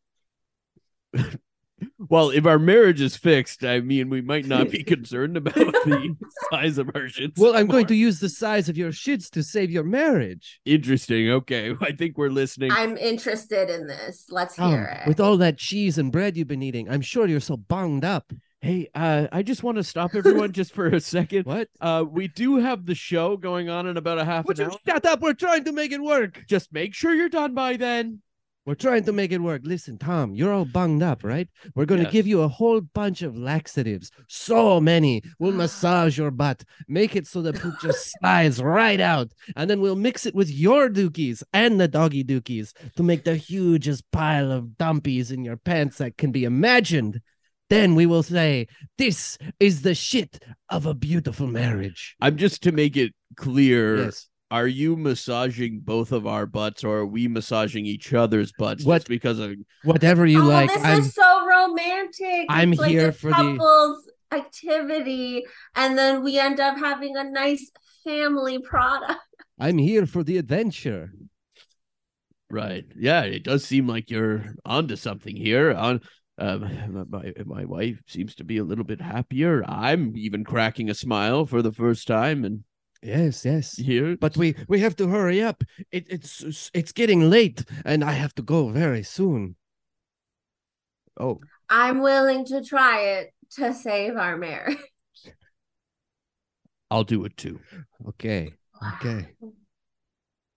well, if our marriage is fixed, I mean, we might not be concerned about the size of our shits. Well, I'm going anymore. to use the size of your shits to save your marriage. Interesting. Okay, I think we're listening. I'm interested in this. Let's Tom, hear it. Oh, with all that cheese and bread you've been eating, I'm sure you're so bunged up. Hey, uh, I just want to stop everyone just for a second. What? Uh, we do have the show going on in about a half Would an you hour. shut up? We're trying to make it work. Just make sure you're done by then. We're trying to make it work. Listen, Tom, you're all bunged up, right? We're going to Yes. give you a whole bunch of laxatives. So many. We'll massage your butt, make it so the poop just slides right out. And then we'll mix it with your dookies and the doggy dookies to make the hugest pile of dumpies in your pants that can be imagined. Then we will say, This is the shit of a beautiful marriage. I'm just to make it clear. Yes. Are you massaging both of our butts, or are we massaging each other's butts? What- Just because of Whatever you oh, like. this I'm- is so romantic. I'm it's like here a for the- couple's activity, and then we end up having a nice family product. I'm here for the adventure. right? Yeah, it does seem like you're onto something here. On um, my my wife seems to be a little bit happier. I'm even cracking a smile for the first time, and Yes, yes. here. But we we have to hurry up. It, it's it's getting late, and I have to go very soon. oh, I'm willing to try it to save our marriage. I'll do it too. Okay, Okay.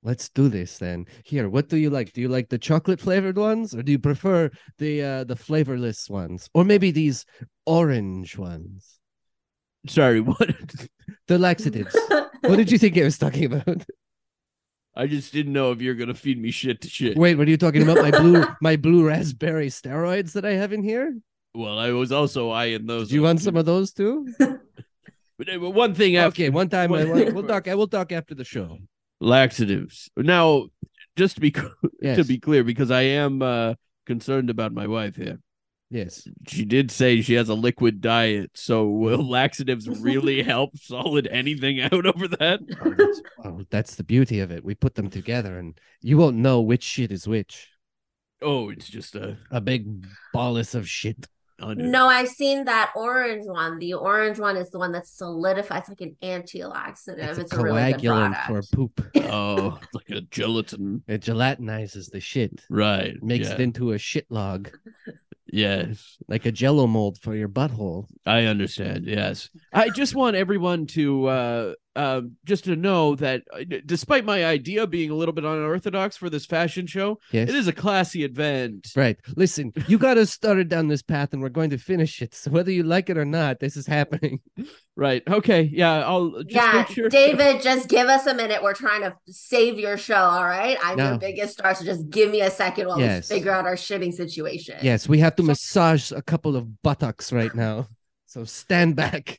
let's do this then. Here, what do you like? Do you like the chocolate flavored ones, or do you prefer the uh, the flavorless ones, or maybe these orange ones? Sorry, what? The laxatives. what did you think I was talking about? I just didn't know if you're gonna feed me shit to shit. Wait, what are you talking about? My blue my blue raspberry steroids that I have in here. Well, I was also eyeing those. Do you want some of those too? But uh, one thing after Okay, one time I What- like, we'll talk. I will talk after the show. laxatives. Now, just to be cl- Yes. to be clear, because I am uh, concerned about my wife here. Yes. She did say she has a liquid diet, so will laxatives really help solid anything out over that? Oh, that's, oh, that's the beauty of it. We put them together, and you won't know which shit is which. Oh, it's just a A big bolus of shit. under- No, I've seen that orange one. The orange one is the one that's solidified. It's like an antioxidant. It's It's, a a, really good coagulant product. for poop. Oh, it's like a gelatin, It gelatinizes the shit, right? makes yeah. it into a shit log, Yes, like a jello mold for your butthole. I understand. Yes, I just want everyone to uh, uh, just to know that, uh, d- despite my idea being a little bit unorthodox for this fashion show, Yes. it is a classy event. Right. Listen, you got us started down this path, and we're going to finish it. So whether you like it or not, this is happening. Right. Okay. Yeah. I'll just yeah, make sure. David, just give us a minute. We're trying to save your show, all right? I'm No. your biggest star, so just give me a second while Yes. we figure out our shitting situation. Yes, we have to massage a couple of buttocks right now. So stand back.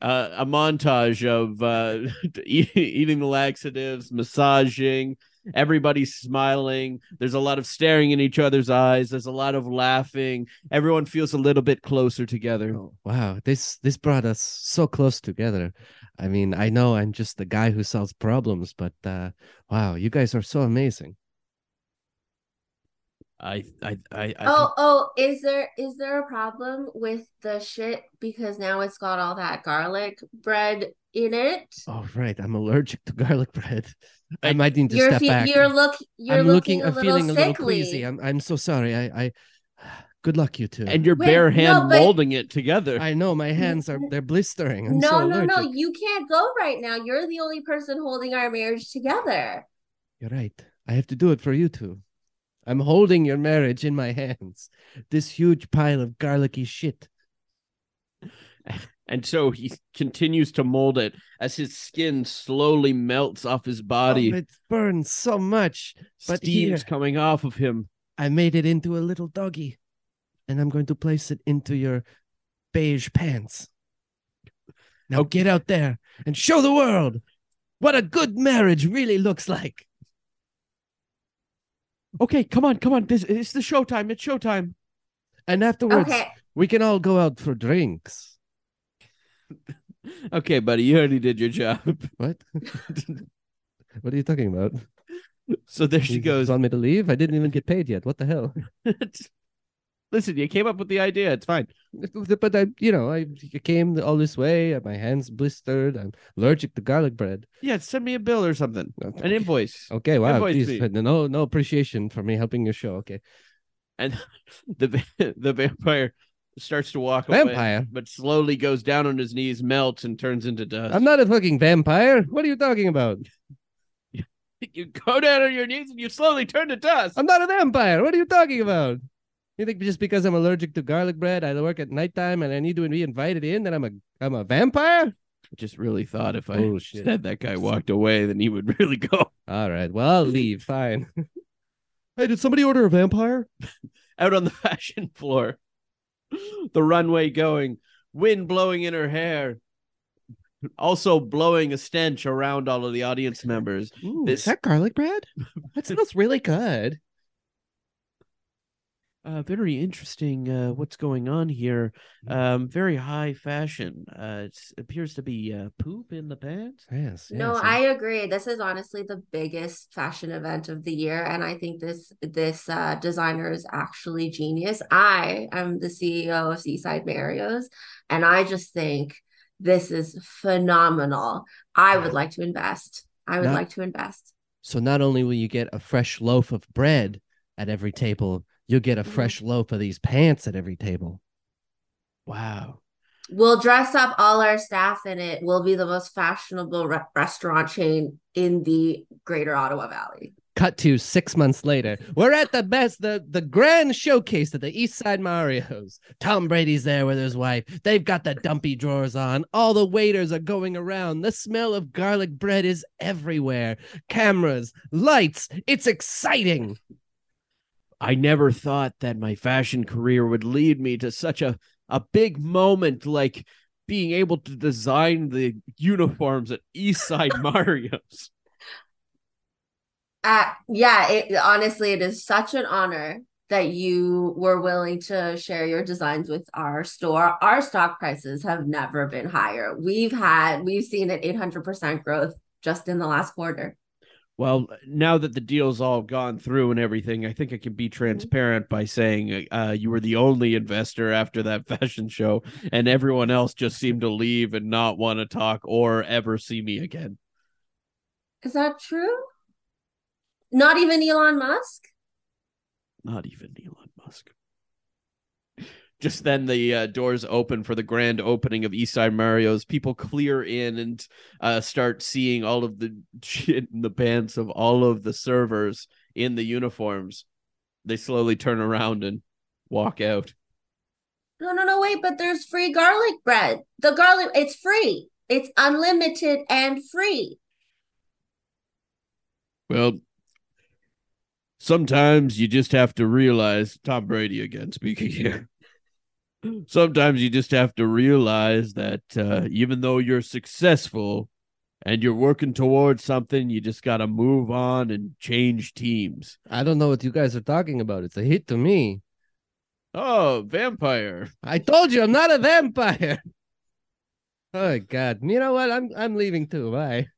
uh, a montage of uh, e- eating the laxatives, massaging, everybody's smiling. There's a lot of staring in each other's eyes. There's a lot of laughing. Everyone feels a little bit closer together. Oh, wow, this this brought us so close together. I mean, I know I'm just the guy who solves problems, but uh, wow, you guys are so amazing. I, I, I, I Oh, oh, is there is there a problem with the shit because now it's got all that garlic bread in it? Oh right, I'm allergic to garlic bread. I I- might need to You're step fe- back. you're look you're I'm looking, a I'm little feeling a little sickly. queasy. I'm I'm so sorry. I I good luck you two. and your Wait, bare no, hand but- molding it together. I know my hands are they're blistering. I'm no, so no, allergic. no, you can't go right now. You're the only person holding our marriage together. You're right. I have to do it for you two. I'm holding your marriage in my hands. This huge pile of garlicky shit. and so he continues to mold it as his skin slowly melts off his Oh, body. it burns so much. but Steam's here- coming off of him. I made it into a little doggy, and I'm going to place it into your beige pants. Now get out there and show the world what a good marriage really looks like. Okay, come on, come on. This it's the showtime. It's showtime. And afterwards, Okay. we can all go out for drinks. Okay, buddy, you already did your job. What? what are you talking about? So there she You goes. want me to leave? I didn't even get paid yet. What the hell? Listen, you came up with the idea. It's fine. But I, you know, I came all this way. and My hands blistered. I'm allergic to garlic bread. Yeah, send me a bill or something, an invoice. Okay, wow. Invoice geez, me. but no, no appreciation for me helping your show. Okay, And the va- the vampire starts to walk away, vampire. but slowly goes down on his knees, melts, and turns into dust. I'm not a fucking vampire. What are you talking about? you go down on your knees and you slowly turn to dust. I'm not a vampire. What are you talking about? You think just because I'm allergic to garlic bread, I work at nighttime, and I need to be invited in, that I'm a I'm a vampire? I just really thought if I Oh, shit. said that guy walked away, then he would really go All right. Well, I'll leave. Fine. hey, did somebody order a vampire? out on the fashion floor. The runway going, wind blowing in her hair, also blowing a stench around all of the audience members. Ooh, This- Is that garlic bread? That smells really good. Uh, very interesting. Uh, what's going on here? Um, very high fashion. Uh, it appears to be uh, poop in the pants. Yes. No, yes, I agree. This is honestly the biggest fashion event of the year, and I think this this uh, designer is actually genius. I am the CEO of Seaside Mario's, and I just think this is phenomenal. I would like to invest. I would Not- like to invest. So not only will you get a fresh loaf of bread at every table, you'll get a Mhm. fresh loaf of these pants at every table. Wow. We'll dress up all our staff in it. We'll be the most fashionable re- restaurant chain in the Greater Ottawa Valley. Cut to six months later. We're at the best, the the grand showcase at the East Side Mario's. Tom Brady's there with his wife. They've got the dumpy drawers on. All the waiters are going around. The smell of garlic bread is everywhere. Cameras, lights. It's exciting. I never thought that my fashion career would lead me to such a, a big moment like being able to design the uniforms at Eastside Mario's. Uh, yeah, it honestly, it is such an honor that you were willing to share your designs with our store. Our stock prices have never been higher. We've had, we've seen an 800% growth just in the last quarter. Well, now that the deal's all gone through and everything, I think I can be transparent by saying uh, you were the only investor after that fashion show, and everyone else just seemed to leave and not want to talk or ever see me again. Is that true? Not even Elon Musk? not even Elon Musk. Just then, the uh, doors open for the grand opening of Eastside Mario's. People clear in and uh, start seeing all of the shit in the pants of all of the servers in the uniforms. They slowly turn around and walk out. No, no, no, wait, but there's free garlic bread. The garlic, it's free. It's unlimited and free. Well, sometimes you just have to realize Tom Brady again speaking here. Sometimes you just have to realize that uh, even though you're successful and you're working towards something, you just got to move on and change teams. I don't know what you guys are talking about. It's a hit to me. Oh, vampire. I told you I'm not a vampire. Oh God! You know what? I'm I'm leaving too. Bye.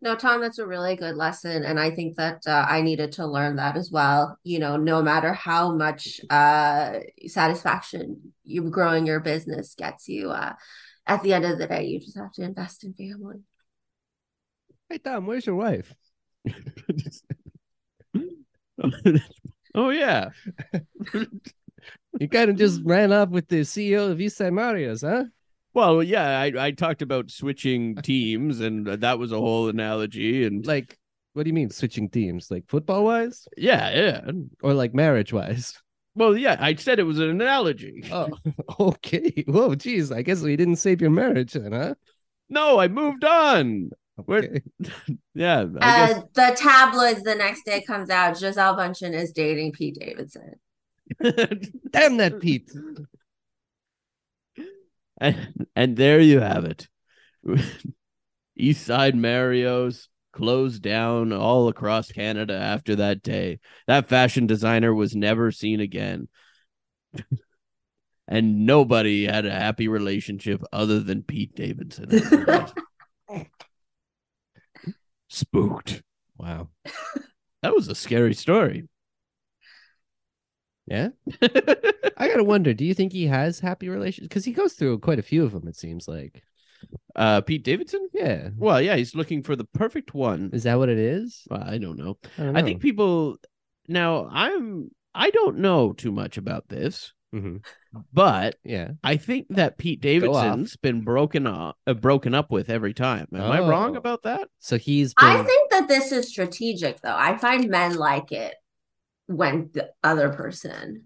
No, Tom, that's a really good lesson. And I think that uh, I needed to learn that as well. You know, no matter how much uh, satisfaction you growing your business gets you, uh, at the end of the day, you just have to invest in family. Hey Tom, where's your wife? oh, yeah. You kind of just ran off with the CEO of Eastside Mario's, huh? Well, yeah, I, I talked about switching teams, and that was a whole analogy. And Like, what do you mean switching teams? Like football wise, yeah, yeah. or like marriage wise? Well, yeah, I said it was an analogy. Oh, okay. Whoa, geez. I guess we didn't save your marriage then, huh? No, I moved on. Where- Okay. Yeah, I Uh, guess the tabloids the next day comes out. Giselle Bundchen is dating Pete Davidson. Damn that Pete. and, and there you have it. East Side Mario's closed down all across Canada after that day. That fashion designer was never seen again. and nobody had a happy relationship other than Pete Davidson. after that. Spooked. Wow. That was a scary story. Yeah. I gotta wonder. Do you think he has happy relations? Because he goes through quite a few of them. It seems like. Uh, Pete Davidson? Yeah. Well, yeah, he's looking for the perfect one. Is that what it is? Well, I don't know. don't I think know. people now I'm I don't know too much about this, Mhm. but Yeah. I think that Pete Davidson's been broken up uh, broken up with every time. Am I wrong Oh. about that? So he's. Been... I think that this is strategic, though. I find men like it when the other person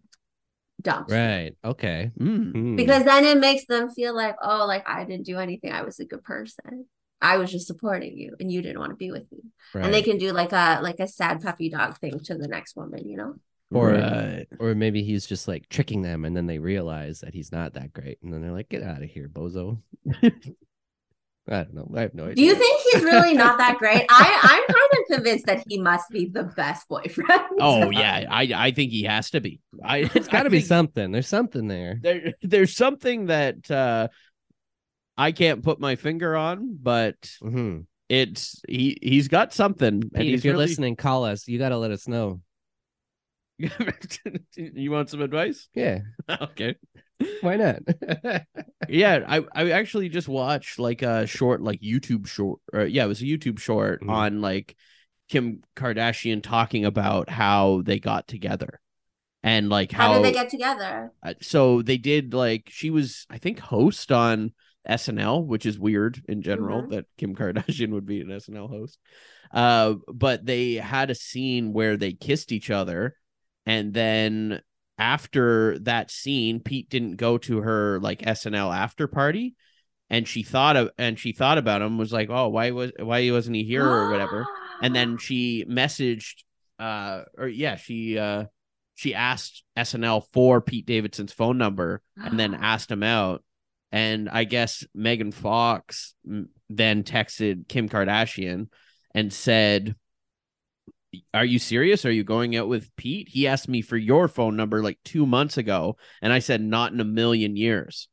dumps them. Right. Okay. Mm. Hmm. because then it makes them feel like, oh, like I didn't do anything. I was a good person. I was just supporting you, and you didn't want to be with me. And they Right. can do like a like a sad puppy dog thing to the next woman, you know? Or- uh, Right. Or maybe he's just like tricking them, and then they realize that he's not that great, and then they're like, "Get out of here, bozo." I don't know. I have no idea. Do you think he's really not that great? I I'm kind of convinced that he must be the best boyfriend. Oh yeah, I I think he has to be. I it's got to be something? There's something there. there there's something that uh I can't put my finger on, but Mhm. it's he he's got something. and Pete, he's if you're really- listening, call us. You got to let us know. you want some advice? Yeah. okay. Why not? yeah i i actually just watched like a short like youtube short or yeah it was a youtube short Mhm. on like kim kardashian talking about how they got together and like How how, did they get together? uh, so they did like she was i think host on snl which is weird in general that kim kardashian would be an snl host uh but they had a scene where they kissed each other and then after that scene pete didn't go to her like snl after party and she thought of and she thought about him was like oh why was why wasn't he here or whatever and then she messaged uh or yeah she uh she asked SNL for Pete Davidson's phone number and Ah. then asked him out and I guess Megan Fox mm, then texted Kim Kardashian and said are you serious are you going out with Pete he asked me for your phone number like 2 months ago and I said not in a million years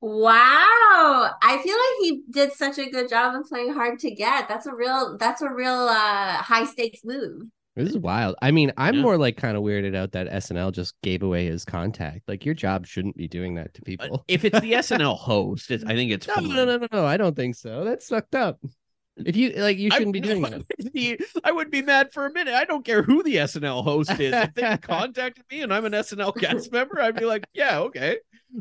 Wow. I feel like he did such a good job of playing hard to get. That's a real that's a real uh high stakes move. This is wild. I mean, I'm Yeah. more like kind of weirded out that SNL just gave away his contact. Like your job shouldn't be doing that to But people. if it's the SNL host it's, I think it's No, fine. no, no, no, no. I don't think so. That's fucked up. If you like, you I- shouldn't be doing that. The- I would be mad for a minute. I don't care who the SNL host is. If they contacted me and I'm an SNL guest member, I'd be like, yeah, okay.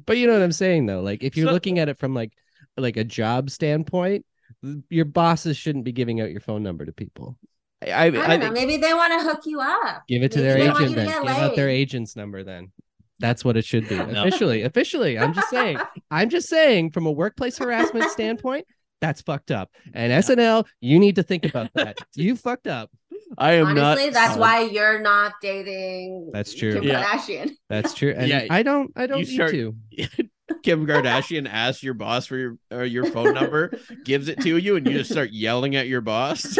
But you know what I'm saying, though. Like, if you're So- looking at it from like, like a job standpoint, th- your bosses shouldn't be giving out your phone number to people. I, I, I don't know. Maybe they want to hook you up. Give it to Maybe their they want agent you to then. get Give out their laid. agent's number then. That's what it should be. No. Officially, officially. I'm just saying. I'm just saying, from a workplace harassment standpoint, that's fucked up. And SNL, you need to think about that. you fucked up. I am Honestly, not. that's solid. why you're not dating That's true. Kim Yeah. Kardashian. That's true. And Yeah, I don't. I don't you need start- to. Kim Kardashian asks your boss for your or your phone number, gives it to you, and you just start yelling at your boss.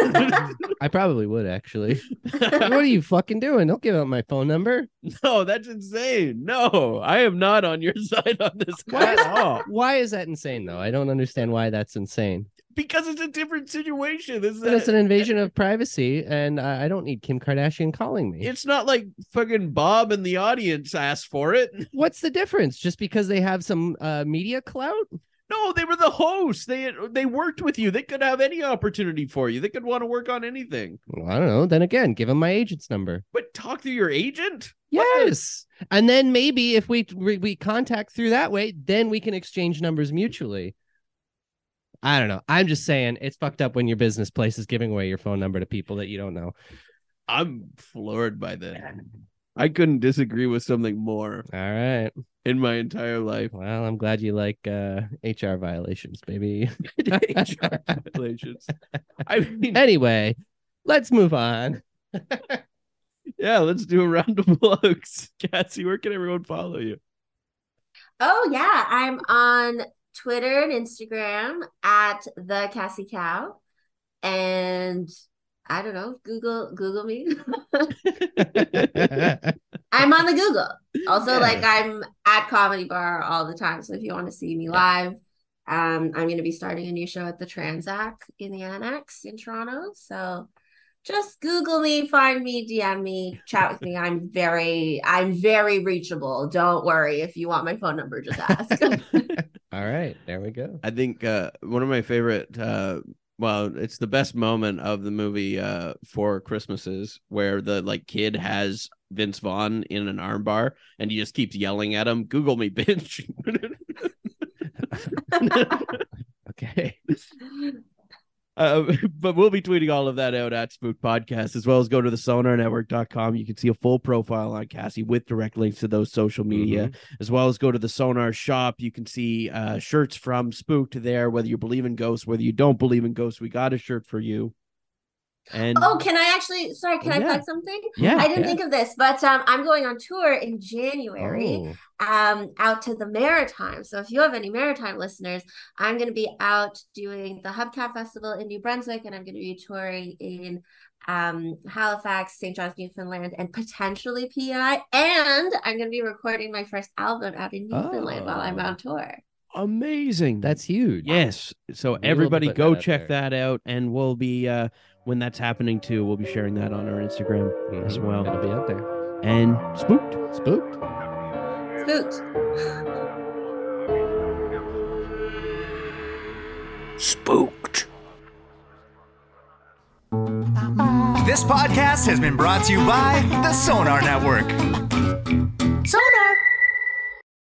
I probably would actually. what are you fucking doing? Don't give out my phone number. no, that's insane. No, I am not on your side on this Why- at all. Why is that insane though? I don't understand why that's insane. Because it's a different situation. This is But it's an invasion of privacy, and I I don't need Kim Kardashian calling me. it's not like fucking Bob in the audience asked for it. What's the difference? Just because they have some uh, media clout? No, they were the hosts. They they worked with you. They could have any opportunity for you. They could want to work on anything. Well, I don't know. Then again, give him my agent's number. But talk to your agent. Yes, and then maybe if we we we contact through that way, then we can exchange numbers mutually. I don't know. I'm just saying it's fucked up when your business place is giving away your phone number to people that you don't know. I'm floored by this. I couldn't disagree with something more All right. in my entire life. Well, I'm glad you like uh, HR violations, baby. HR violations. I mean, anyway, let's move on. yeah, let's do a round of plugs. Cassie, where can everyone follow you? Oh yeah, I'm on Twitter and Instagram at the Cassie Cow, and I don't know, Google Google me. I'm on the Google. Also, Yeah. like I'm at Comedy Bar all the time, so if you want to see me live, um, I'm going to be starting a new show at the Transac in the Annex in Toronto, so just Google me, find me, DM me, chat with me. I'm very, I'm very reachable. Don't worry. If you want my phone number, just ask. All right, there we go. I think uh, one of my favorite, uh, well, it's the best moment of the movie uh, Four Christmases, where the like kid has Vince Vaughn in an armbar, and he just keeps yelling at him, "Google me, bitch." Okay. Uh, but we'll be tweeting all of that out at Spook Podcast, as well as go to the sonarnetwork.com. You can see a full profile on Cassie with direct links to those social Mm-hmm. media, as well as go to the Sonar shop. You can see uh, shirts from Spooked there, whether you believe in ghosts, whether you don't believe in ghosts. We got a shirt for you. And oh, can I actually? Sorry, can I Yeah. plug something? yeah, I didn't yeah. think of this, but um, I'm going on tour in January. Oh, um out to the maritime so if you have any maritime listeners i'm going to be out doing the hubcap festival in new brunswick and i'm going to be touring in um halifax st john's newfoundland and potentially pi and i'm going to be recording my first album out in newfoundland while i'm Oh. on tour amazing. that's huge. Yes. So We will be everybody putting go that out check there. that out and we'll be uh when that's happening too, we'll be sharing that on our Instagram Mhm. as well. It'll be out there. and spooked. Spooked. spooked This podcast has been brought to you by the Sonar Network.